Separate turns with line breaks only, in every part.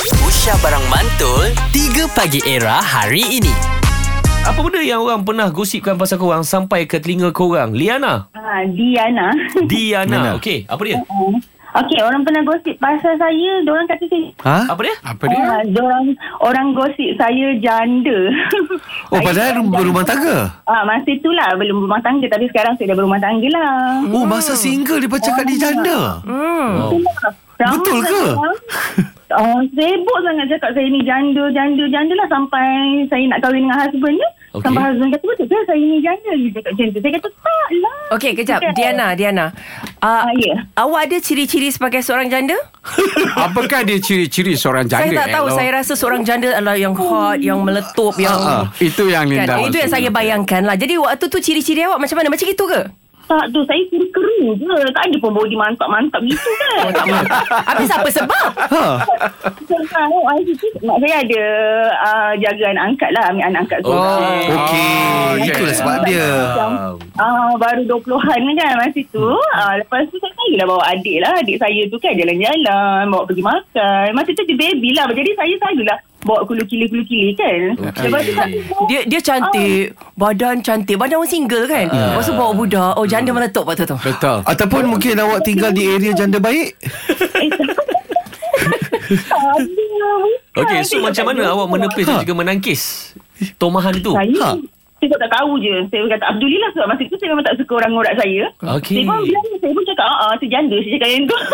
Syah Barang Mantul 3 Pagi Era hari ini
Apa benda yang orang pernah gosipkan pasal korang sampai ke telinga korang? Liana.
Ha, Diana.
Diana.
Liana.
Okey, apa dia?
Okey, orang pernah gosip pasal saya, orang kata saya
Ha?
Apa dia?
Apa dia?
Ah, dorang, orang gosip saya janda.
Oh,
Saya
padahal
seorang
rumah,
janda.
rumah tangga.
Ah, masa tu lah belum berumah tangga tapi sekarang saya dah berumah tangga lah.
Oh, masa single dia cakap dia janda.
Hmm.
Oh.
Itulah. Ramai
Betul ke?
orang, Ah, sibuk sangat cakap saya ni janda, janda, janda lah sampai saya nak kahwin dengan husband dia.
Okey.
Sampai husband kata betul ke saya ni janda? Dia cakap macam tu. Saya kata tak lah.
Okey, kejap.
Bukan.
Diana, Diana. Uh,
Ah, ya.
Awak ada ciri-ciri sebagai seorang janda?
Apakah dia ciri-ciri seorang janda?
saya tak tahu.
eh,
Elo?
Saya rasa seorang janda adalah yang hot, yang meletup,
Ha,
yang...
Ah, itu yang
Kan,
Linda.
itu yang
maksud.
saya
ya.
bayangkan lah. Jadi waktu tu ciri-ciri awak macam mana? Macam itu ke?
Tak tu, saya kuru-kuru je. Tak ada pun body mantap-mantap gitu kan.
Oh, tak mahu. Habis apa sebab?
Tahu, ha, oh, I fikir mak saya ada uh, jaga anak angkat lah ambil anak angkat Ah, seorang.
Okey,
Oh, okay.
itulah sebab dia.
Macam, uh, baru 20-an kan masa tu uh, lepas tu saya saya lah bawa adik lah adik saya tu kan jalan-jalan bawa pergi makan masa tu dia baby lah jadi saya selalulah bawa kulu kili-kulu kili kan lepas tu tak
Dia dia cantik,
Ah.
badan cantik. Badan orang single kan? Lepas tu bawa budak. Oh, janda meletup waktu tu.
Betul.
Ataupun mungkin awak tinggal di area janda baik?
Okey, so macam mana awak menepis dan
Ha.
juga menangkis tomahan tu?
lah. Saya
Ha.
Saya tak tahu je Saya kata Alhamdulillah sebab masa tu Saya memang tak suka orang ngorak saya
Okey.
Saya pun bilang Saya pun cakap ah, ah, Saya janda Saya cakap yang tu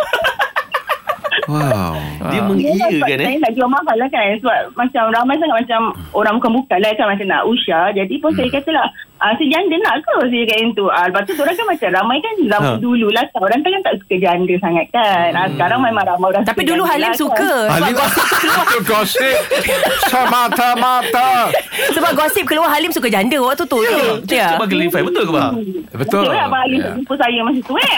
Wow.
Dia
Yelah, sebab
mengiyakan eh.
Saya nak jual mahal lah kan Sebab macam ramai sangat Macam orang bukan-bukan lah kan Macam nak usha Jadi pun saya
Hmm.
kata lah ah, Saya janda nak ke Saya cakap yang tu ah, Lepas tu orang kan macam Ramai kan Zaman
Ha.
dulu lah kan Orang kan tak suka janda sangat kan
Hmm.
ah, Sekarang memang ramai orang
Tapi
suka
dulu
janda
Halim
lah
suka. Sebab
Halim,
Itu gosip semata-mata.
Sebab gosip keluar Halim suka janda waktu tu. Ya. Ya.
Cuba clarify betul ke bang?
Betul.
Betul lah Abang Halim tak
Ya.
jumpa saya masa tu eh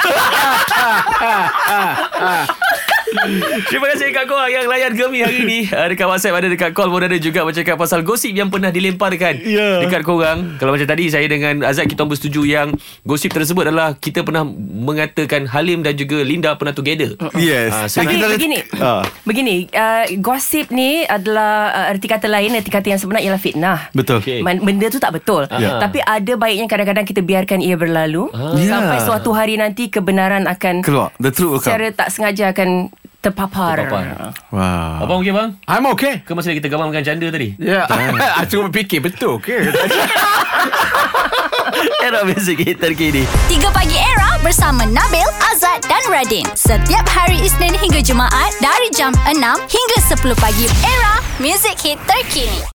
Terima kasih dekat korang yang layan kami hari ini uh, Dekat WhatsApp ada dekat call pun ada juga Bercakap pasal gosip yang pernah dilemparkan yeah. Dekat korang Kalau macam tadi saya dengan Azad Kita bersetuju yang Gosip tersebut adalah Kita pernah mengatakan Halim dan juga Linda pernah together
Yes.
Ah, so
Tapi
Tapi
kita-
begini
Ah.
Begini uh, Gosip ni adalah uh, Erti kata lain Erti kata yang sebenar ialah fitnah
Betul.
Okey.
Man, Benda tu tak betul
Ya.
Tapi ada baiknya kadang-kadang Kita biarkan ia berlalu
Ya.
Sampai suatu hari nanti Kebenaran akan
Keluar. The truth will come.
Secara tak sengaja akan Terpapar,
Terpapar.
Wow.
Abang okey bang?
I'm okay.
Ke masa kita gambarkan janda tadi?
Ya, yeah. cuma fikir betul ke?
Era muzik terkini
3 Pagi Era bersama Nabil, Azad dan Radin. Setiap hari Isnin hingga Jumaat dari jam 6 hingga 10 pagi. Era, music hit terkini.